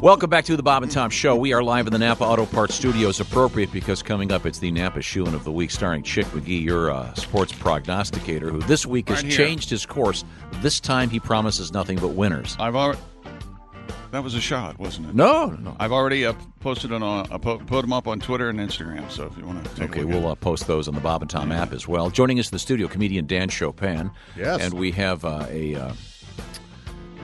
Welcome back to the Bob and Tom Show. We are live in the Napa Auto Parts Studios. Appropriate because coming up, it's the Napa Shoeing of the Week, starring Chick McGee, your uh, sports prognosticator, who this week has Right here. changed his course. This time, he promises nothing but winners. I've already. That was a shot, wasn't it? No, no, no. I've already uh, posted it on. I po- put them up on Twitter and Instagram. So if you want to take Okay, a look we'll uh, post those on the Bob and Tom app as well. Joining us in the studio, comedian Dan Chopin. Yes. and we have uh, a. Uh,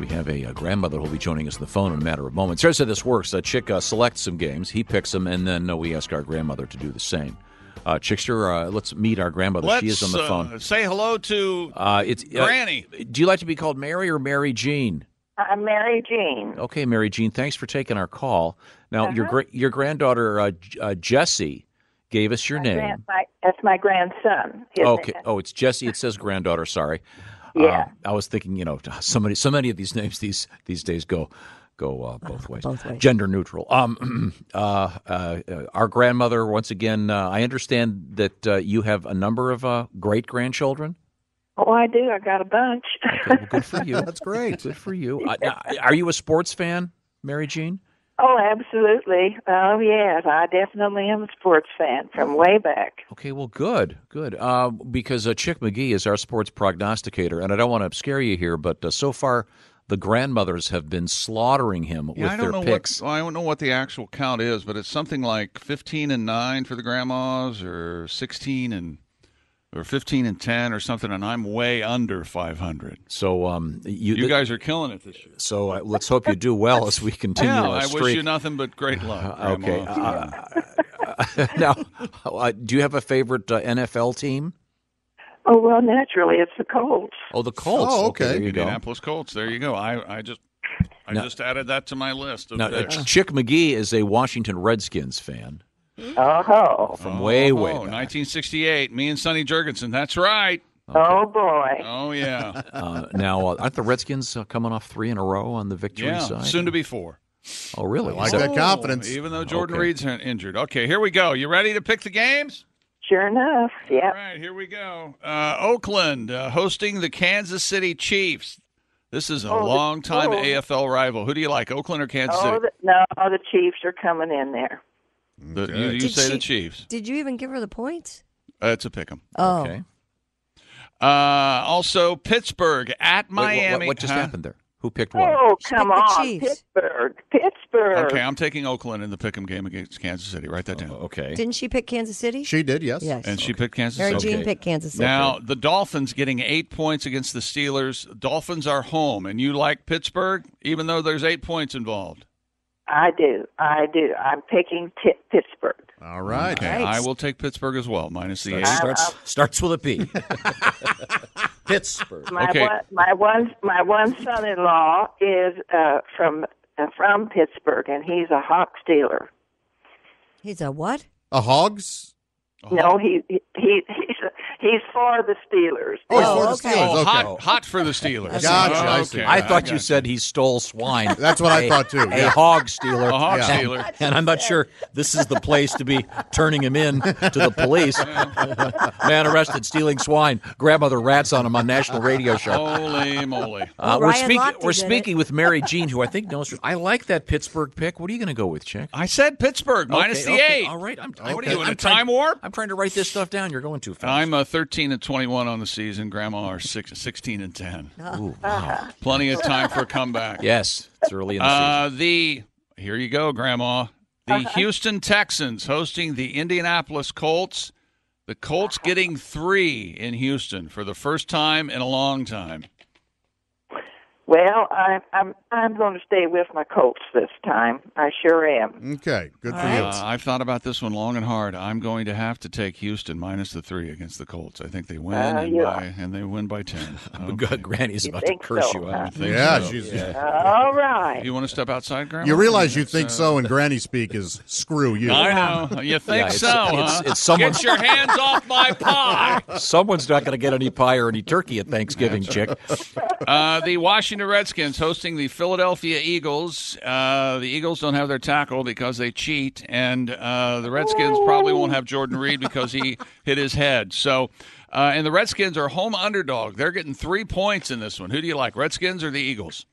we have a, uh grandmother who'll be joining us on the phone in a matter of moments. Here's how this works: uh, Chick uh, selects some games, he picks them, and then uh, we ask our grandmother to do the same. Uh, Chickster, uh, let's meet our grandmother. Let's she is on the uh, phone. say hello to Uh, it's uh, Granny. Do you like to be called Mary or Mary Jean? Uh, Mary Jean. Okay, Mary Jean, thanks for taking our call. Now, your Uh-huh. gra- your granddaughter uh, J- uh, Jessie gave us your name. Grand- my, that's my grandson. His Okay. name- Oh, it's Jesse. It says granddaughter. Sorry. Yeah. Uh, I was thinking, you know, so many, so many of these names these these days go go uh, both ways. Both ways. Gender neutral. Um, uh, uh, uh, our grandmother. Once again, uh, I understand that uh, you have a number of uh, great grandchildren. Oh, I do. I got a bunch. Okay, well, good for you. That's great. good for you. Uh, now, are you a sports fan, Mary Jean? oh, absolutely. Oh, yes. I definitely am a sports fan from way back. Okay, well, good, good. Uh, because uh, Chick McGee is our sports prognosticator, and I don't want to scare you here, but uh, so far the grandmothers have been slaughtering him Yeah, with I their don't know picks. what well, I don't know what the actual count is, but it's something like fifteen and nine for the grandmas, or sixteen and or fifteen and ten, or something. And I'm way under five hundred. So um, you, You guys are killing it this year. so uh, let's hope you do well as we continue Yeah, our I streak. wish you nothing but great luck. Grandma. okay. uh, now, uh, do you have a favorite uh, NFL team? Oh, well, naturally, it's the Colts. Oh, the Colts. Oh, okay. there you go. Indianapolis Colts. There you go. I, I just I Now- just added that to my list of Now, uh, picks. Chick McGee is a Washington Redskins fan Oh, from way, way Oh, back. 1968. Me and Sonny Jurgensen. That's right. oh boy. Oh yeah, Uh, now, uh, aren't the Redskins uh, coming off three in a row on the victory yeah. side? Soon to be four. Oh, really? like So- that confidence. Even though Jordan Okay. Reed's in- injured. Okay, here we go. You ready to pick the games? Sure enough. All Yep. right, here we go. Uh, Oakland uh, hosting the Kansas City Chiefs. This is a Oh, the- long time oh. AFL rival. Who do you like, Oakland or Kansas Oh, City? the, no, the Chiefs are coming in there. The- you you Did say the she- Chiefs. Did you even give her the points? Uh, it's a pick 'em. Oh, Okay. Wait, Uh, also, Pittsburgh at what- What, Miami. what just Huh? happened there? Who picked what? Oh, She come picked the on. Chiefs. Pittsburgh. Pittsburgh. Okay, I'm taking Oakland in the pick 'em game against Kansas City. Write that down. Oh, okay. didn't she pick Kansas City? She did, yes. yes. And she picked Kansas Mary City. Jean okay. picked Kansas City. Now the Dolphins getting eight points against the Steelers. Dolphins are home, and you like Pittsburgh, even though there's eight points involved. I do. I do. I'm picking t- Pittsburgh. All right. Okay, Right. I will take Pittsburgh as well, minus the eight. Uh, starts, starts with a P. Pittsburgh. My Okay. one, my one, my one son-in-law is uh, from uh, from Pittsburgh, and he's a Hawks dealer. He's a what? A hogs? No, he he he's he's for the Steelers. Oh, he's Oh, for okay. the Steelers. Oh, Okay. hot, hot for the Steelers. Gotcha, Oh, I see. okay, I thought got you said he stole swine. That's what I A- thought, too. A Yeah. hog stealer. A hog Yeah. stealer. And I'm not sure this is the place to be turning him in to the police. Man arrested stealing swine. Grandmother rats on him on national radio show. Holy moly! Uh, Well, we're Ryan speaking. Lochte We're did it. speaking with Mary Jean, who I think knows. I like that Pittsburgh pick. What are you going to go with, Chick? I said Pittsburgh minus Okay, the okay, eight. All right. I'm, What okay, are you in I'm a trying- time warp? I'm trying to write this stuff down. You're going too fast. I'm uh, 13 and 21 on the season. Grandma are six, 16 and 10. Ooh, wow. Plenty of time for a comeback. yes, it's early in the season. Uh, the here you go, Grandma. The Houston Texans hosting the Indianapolis Colts. The Colts getting three in Houston for the first time in a long time. Well, I'm I'm I'm going to stay with my Colts this time. I sure am. Okay, good for All you. right. Uh, I've thought about this one long and hard. I'm going to have to take Houston minus the three against the Colts. I think they win Uh, and, yeah. by, and they win by ten. Okay. Granny's about to think curse so, Uh, you out. think yeah, so. she's. All right. Do you want to step outside, Grandma? You realize you That's, think uh, so, and Granny speak is screw you. I know. You think Yeah, it's- so? it's- huh? it's someone's- Get your hands off my pie. Someone's not going to get any pie or any turkey at Thanksgiving, chick. Uh, the Washington Redskins hosting the Philadelphia Eagles. Uh, the Eagles don't have their tackle because they cheat, and uh, the Redskins probably won't have Jordan Reed because he hit his head. So, uh, and the Redskins are home underdog. They're getting three points in this one. Who do you like, Redskins or the Eagles?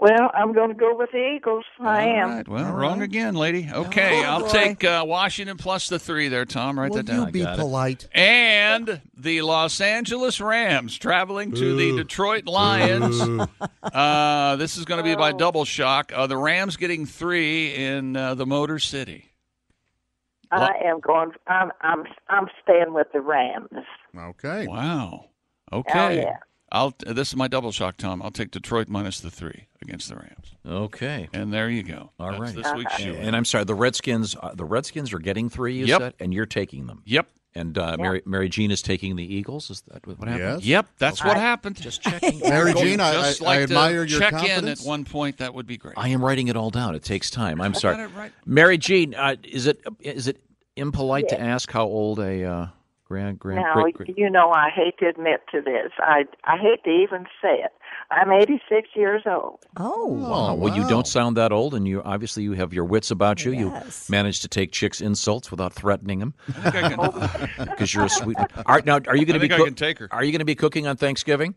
Well, I'm going to go with the Eagles. I am. All right. Well, wrong again, lady. Okay, Oh, I'll boy. take uh, Washington plus the three there, Tom. Write Will that down. you be polite? And the Los Angeles Rams traveling to the Detroit Lions. Uh, this is going to be by double shock. Uh, the Rams getting three in uh, the Motor City. I am going. I'm I'm I'm staying with the Rams. Okay. Wow. Okay. yeah. I'll this is my double shock, Tom. I'll take Detroit minus the three against the Rams. Okay. And there you go. All That's right. This week's show. And I'm sorry, the Redskins. Uh, the Redskins are getting three. You Yep. said, and you're taking them. Yep. And uh, Mary Mary Jean is taking the Eagles. Is that what happened? Yes. Yep. That's what happened. Just checking. Mary Jean, I, I, Just like I admire to your check in at confidence. one point. That would be great. I am writing it all down. It takes time. I'm sorry. got it right. Mary Jean, uh, is it is it impolite to ask how old a uh, grand grand Now, great, great- you know, I hate to admit to this. I I hate to even say it. I'm 86 years old. Oh, Oh, Well, you wow. don't sound that old, and you obviously you have your wits about you. Yes. You manage to take chicks' insults without threatening them I think I can, because you're a sweet. Are, now, are you I going to be? think I cook- can take her. Are you going to be cooking on Thanksgiving?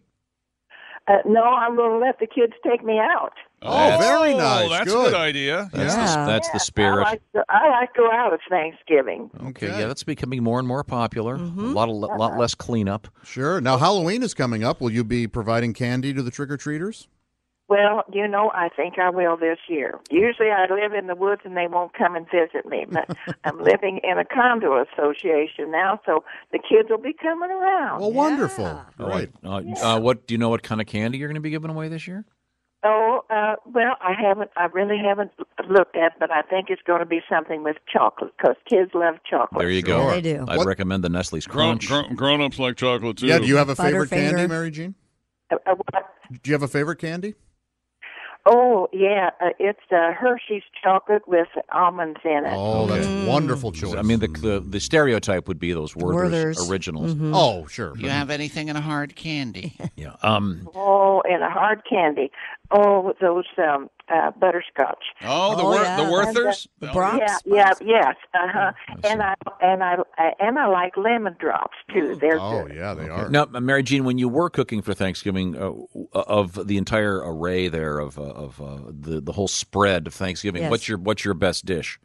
Uh, no, I'm going to let the kids take me out. Oh, very nice. That's Good. a good idea. That's the, Yeah. that's the I spirit. like to, I like to go out at Thanksgiving. okay, yeah, that's becoming more and more popular. Mm-hmm. A lot of lot less cleanup. Sure. Now Halloween is coming up. Will you be providing candy to the trick or treaters? Well, you know, I think I will this year. Usually I live in the woods and they won't come and visit me, but I'm living in a condo association now, so the kids will be coming around. Well, wonderful. Great. Uh, uh, what do you know? What kind of candy you're going to be giving away this year? Oh, uh, well, I haven't, I really haven't looked at, but I think it's going to be something with chocolate because kids love chocolate. There you Sure. go. They do. I'd What- recommend the Nestle's Grown, Crunch. grown, grown ups like chocolate too. Yeah. Do you have a favorite candy, Butterfinger. Mary Jean? Uh, uh, what- Do you have a favorite candy? oh, yeah, uh, it's uh, Hershey's chocolate with almonds in it. Oh, that's a wonderful choice. I mean, the, the the stereotype would be those Werther's, Werther's. Mm-hmm. originals. oh, sure. but- have anything in a hard candy? Yeah. Um, Oh, and a hard candy. Oh, those um, uh, butterscotch. Oh, the Oh, wor- yeah. the Werthers. The Bronx. Yeah, yeah, yes, uh Oh, huh. And I and I uh, and I like lemon drops too. They're Oh, good. yeah, they are. Now, Mary Jean, when you were cooking for Thanksgiving, uh, of the entire array there of uh, of uh, the the whole spread of Thanksgiving, Yes. what's your what's your best dish?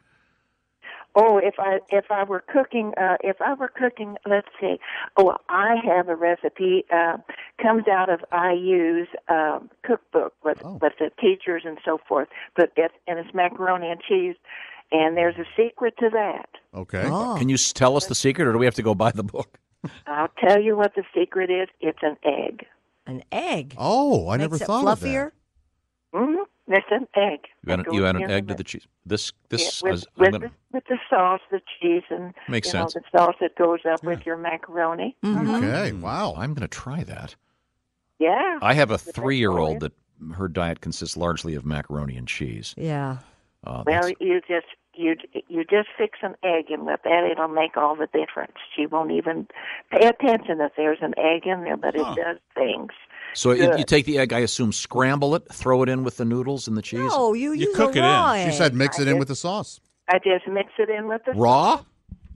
Oh, if I if I were cooking, uh, if I were cooking, let's see. Oh, I have a recipe. Uh, comes out of IU's um, cookbook with Oh. with the teachers and so forth. But it's and it's macaroni and cheese, and there's a secret to that. Okay. Oh. Can you s- tell us the secret, or do we have to go buy the book? I'll tell you what the secret is. It's an egg. An egg. Oh, I never Makes it thought fluffier. of Mm-hmm. It's an egg. You add, That an- you goes add in an the egg to mi- the cheese. This this Yeah, with, is- I'm with, gonna- the, with the sauce, the cheese, and Makes you know, sense. the sauce that goes up with your macaroni. Mm-hmm. that. Okay. Wow. Oh, I'm going to try that. Yeah. I have a three year old that her diet consists largely of macaroni and cheese. Yeah. Uh, well, that's- you just you you just fix an egg, and with that, it'll make all the difference. She won't even pay attention if there's an egg in there, but it does things. so you, you good. take the egg, I assume, scramble it, throw it in with the noodles and the cheese. No, you, use cook a it in. raw She egg. said mix it in with the sauce. I just mix it in with the Raw?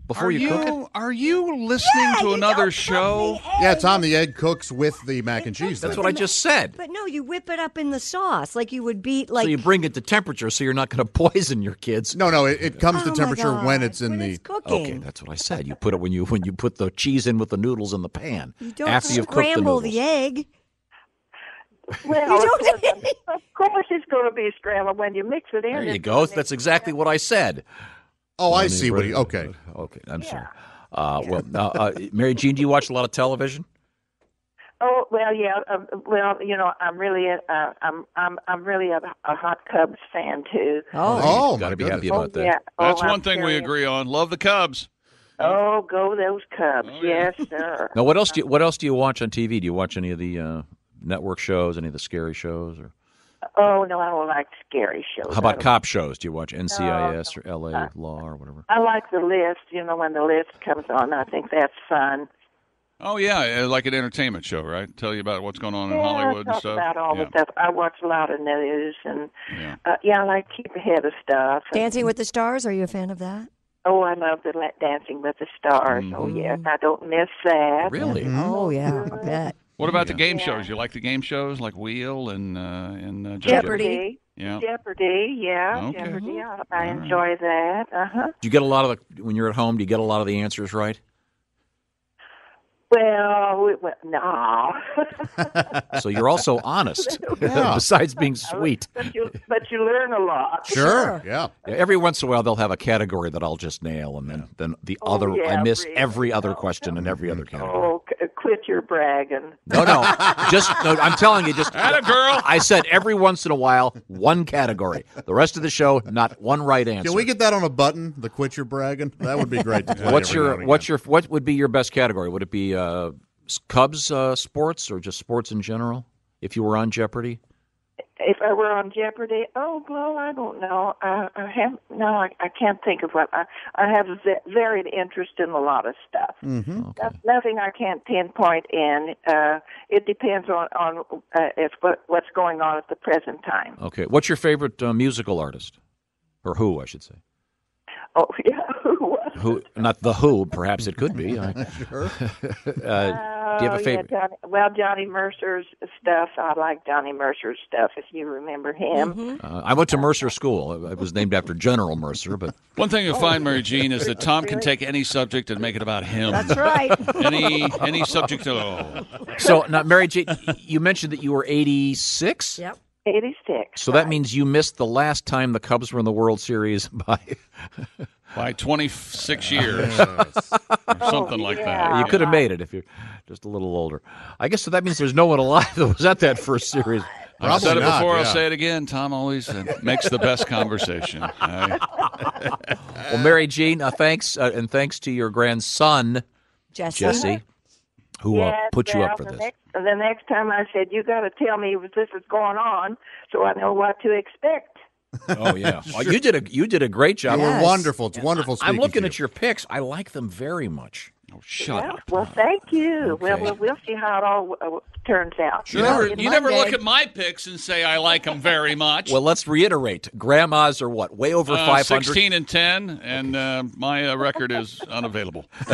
Before Are you, you cook it? are you listening to another show? Yeah, Tom, the egg cooks with the mac and cheese. That's then. what I just said. But no, you whip it up in the sauce like you would beat like so you bring it to temperature so you're not going to poison your kids. No, no, it, it comes Oh to my temperature when God, it's in when the. it's cooking. Okay, that's what I said. You put it when you when you put the cheese in with the noodles in the pan You don't after you've cooked the scramble noodles. the, egg. well. You don't- of course- of course, it's going to be scrambled when you mix it in. There you It's go. gonna That's exactly what I said. Oh, I mean, see what he. right- Okay. Okay, I'm sorry. Uh, well, uh, uh, Mary Jean, do you watch a lot of television? Oh well, yeah. Um, well, you know, I'm really a, uh, I'm I'm I'm really a, a hot Cubs fan too. Oh, Oh, Got my to be goodness. happy about that. yeah. Oh, That's one one thing we agree on. Love the Cubs. Oh, go those Cubs! Oh, yeah. Yes, sir. Now, what else do you, what else do you watch on TV? Do you watch any of the uh, network shows, any of the scary shows, or Oh no, I don't like scary shows. how about I don't- cop shows? Do you watch NCIS or LA Uh, Law or whatever? I like the list. You know, when the list comes on, I think that's fun. Oh yeah, uh, like an entertainment show, right? Tell you about what's going on in yeah, Hollywood I and talk stuff. about all yeah. the stuff. I watch a lot of news, and Yeah. uh, yeah, I like to keep ahead of stuff. And- Dancing with the Stars. Are you a fan of that? oh, I love the la- Dancing with the Stars. Mm-hmm. Oh yes, I don't miss that. Really? Oh yeah, I bet. What about the game shows? You like the game shows like Wheel and uh, and uh, Jeopardy. Yeah. Jeopardy, yeah, Okay. Jeopardy. I, I enjoy that. Uh huh. Do you get a lot of the when you're at home? Do you get a lot of the answers right? Well, we, well, no, So you're also honest, uh, Yeah. besides being sweet. but you but you learn a lot. Sure. Yeah. Yeah, Every once in a while, they'll have a category that I'll just nail, and then then the Oh, other I yeah, miss really. every other question in every other category. Oh, c- quit your bragging. No, no, just no, I'm telling you, just Atta girl. I said every once in a while, one category. The rest of the show, not one right answer. Can we get that on a button? The quit your bragging. That would be great. To play what's every now your and what's again. your what would be your best category? Would it be uh, s- Cubs uh, sports or just sports in general? If you were on Jeopardy, If I were on Jeopardy, oh well, I don't know. I, I have no, I, I can't think of what. I, I have a ve- varied interest in a lot of stuff. No- nothing I can't pinpoint in. Uh, it depends on on uh, if what, what's going on at the present time. okay. What's your favorite uh, musical artist, or who I should say? Oh yeah. Who, not the Who, perhaps it could be. I, uh, do you have Oh, a favorite? Yeah, Johnny, well, Johnny Mercer's stuff. I like Johnny Mercer's stuff. If you remember him, Uh, I went to Mercer School. It was named after General Mercer, but One thing you'll Oh. find, Mary Jean, is that Tom can take any subject and make it about him. That's right. Any any subject at all. so now, Mary Jane, you mentioned that you were 86. yep. eighty-six. So that means you missed the last time the Cubs were in the World Series by By 26 years Yes. or something like that. yeah. you could have made it if you're just a little older. I guess so that means there's no one alive that was at that first series. I've said it Probably not, before, I'll yeah. say it again. Tom always uh, makes the best conversation. I- Well, Mary Jean, uh, thanks uh, and thanks to your grandson Jesse. Jesse, who uh, Yes, put you well, up for the this. Next, the next time I said, "You got to tell me if this is going on, so I know what to expect." Oh yeah, Well, you did a you did a great job. You Yeah. were Yes. wonderful. It's wonderful. I'm speaking looking to at your picks. I like them very much. oh, shut well, up. well, thank you. Well, Okay. we'll, we'll see how it all uh, turns out. You never, Monday. you never look at my picks and say I like them very much. Well, let's reiterate. Grandmas are what way over Uh, 500. 16 and 10, and uh, my uh, record is unavailable.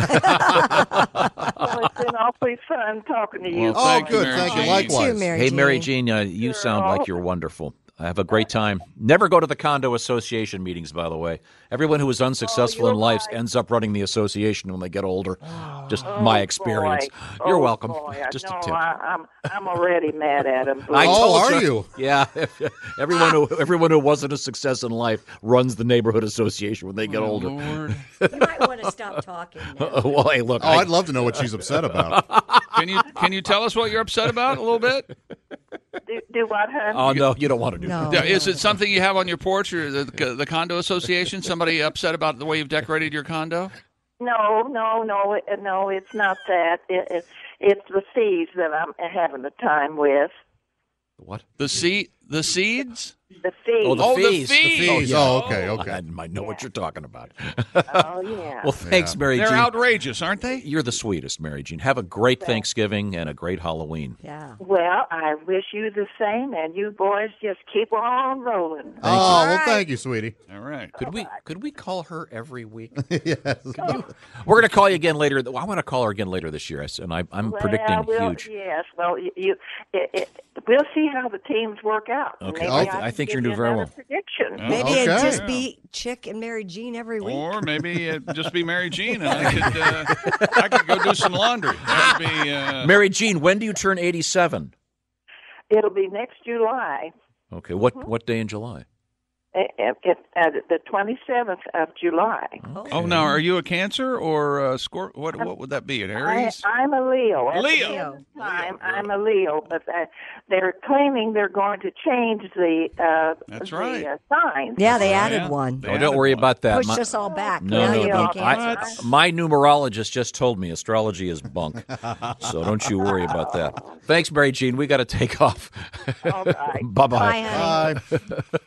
Well, it's been awfully fun talking to you. Well, thank oh, you, good. Mary Thank you. Jane. Too, Likewise. Mary Hey, Jean. Mary Jean, uh, you sound like you're wonderful. Have a great time. Never go to the condo association meetings, by the way. Everyone who is Oh, unsuccessful in life ends up running the association when they get older. Just my experience. Oh, Boy. You're Oh, welcome. boy. I- Just no, a tip. I, I'm I'm already mad at him. I Oh, told are ya. you? Yeah, everyone who everyone who wasn't a success in life runs the neighborhood association when they get older. Lord. You might want to stop talking. Now. Mm-hmm. well, hey, look, Oh, I- I'd love to know what she's upset about. Can you can you tell us what you're upset about a little bit? do, do what, hon? oh no, you don't want to do No. that. Yeah, Is it something you have on your porch or the, the condo association? Somebody upset about the way you've decorated your condo? No, no, no, it- no. It's not that. It, it, it's the seeds that I'm having a time with. What? The seed, the seeds. The seeds. Oh, the Oh, the fees. fees. Oh, Jeez. yeah. Oh, okay, I okay. might know what you're talking about. Oh, yeah. Well, thanks, Mary They're Jean. outrageous, aren't they? You're the sweetest, Mary Jean. Have a great Thanksgiving and a great Halloween. Yeah. well, I wish you the same, and you boys just keep on rolling. Oh, well, thank you, sweetie. All right. Could we could we call her every week? We're going to call you again later. I want to call her again later this year, I s- and I, I'm well, predicting we'll, huge. Yes. Well, you. you it, it, we'll see how the teams work out. Okay. Maybe I I, th- can I think give you're doing you very another well. Prediction. Oh, Maybe it'd Okay. just be Chick and Mary Jean every week. Or maybe it just be Mary Jean, and I could uh, I could go do some laundry. That'd be uh, Mary Jean, when do you turn 87? It'll be next July. Mm-hmm. Okay, what what day in July? eh, eh, if, uh, the 27th of July. Oh, now are you a Cancer or a Scorp? What what would that be? An I, Aries? I'm a Leo. At the Leo. same time, I'm a Leo, but uh, they're claiming they're going to change the uh, That's the, right. uh, signs. Yeah, they Oh, added yeah. one. They Oh, added don't worry one. about that. Pushed My- us all back. no, Now no, you're don't. okay. I, What? my numerologist just told me astrology is bunk, so don't you worry about that. Thanks, Mary Jean. We got to take off. All right. bye bye. Bye, honey. Bye.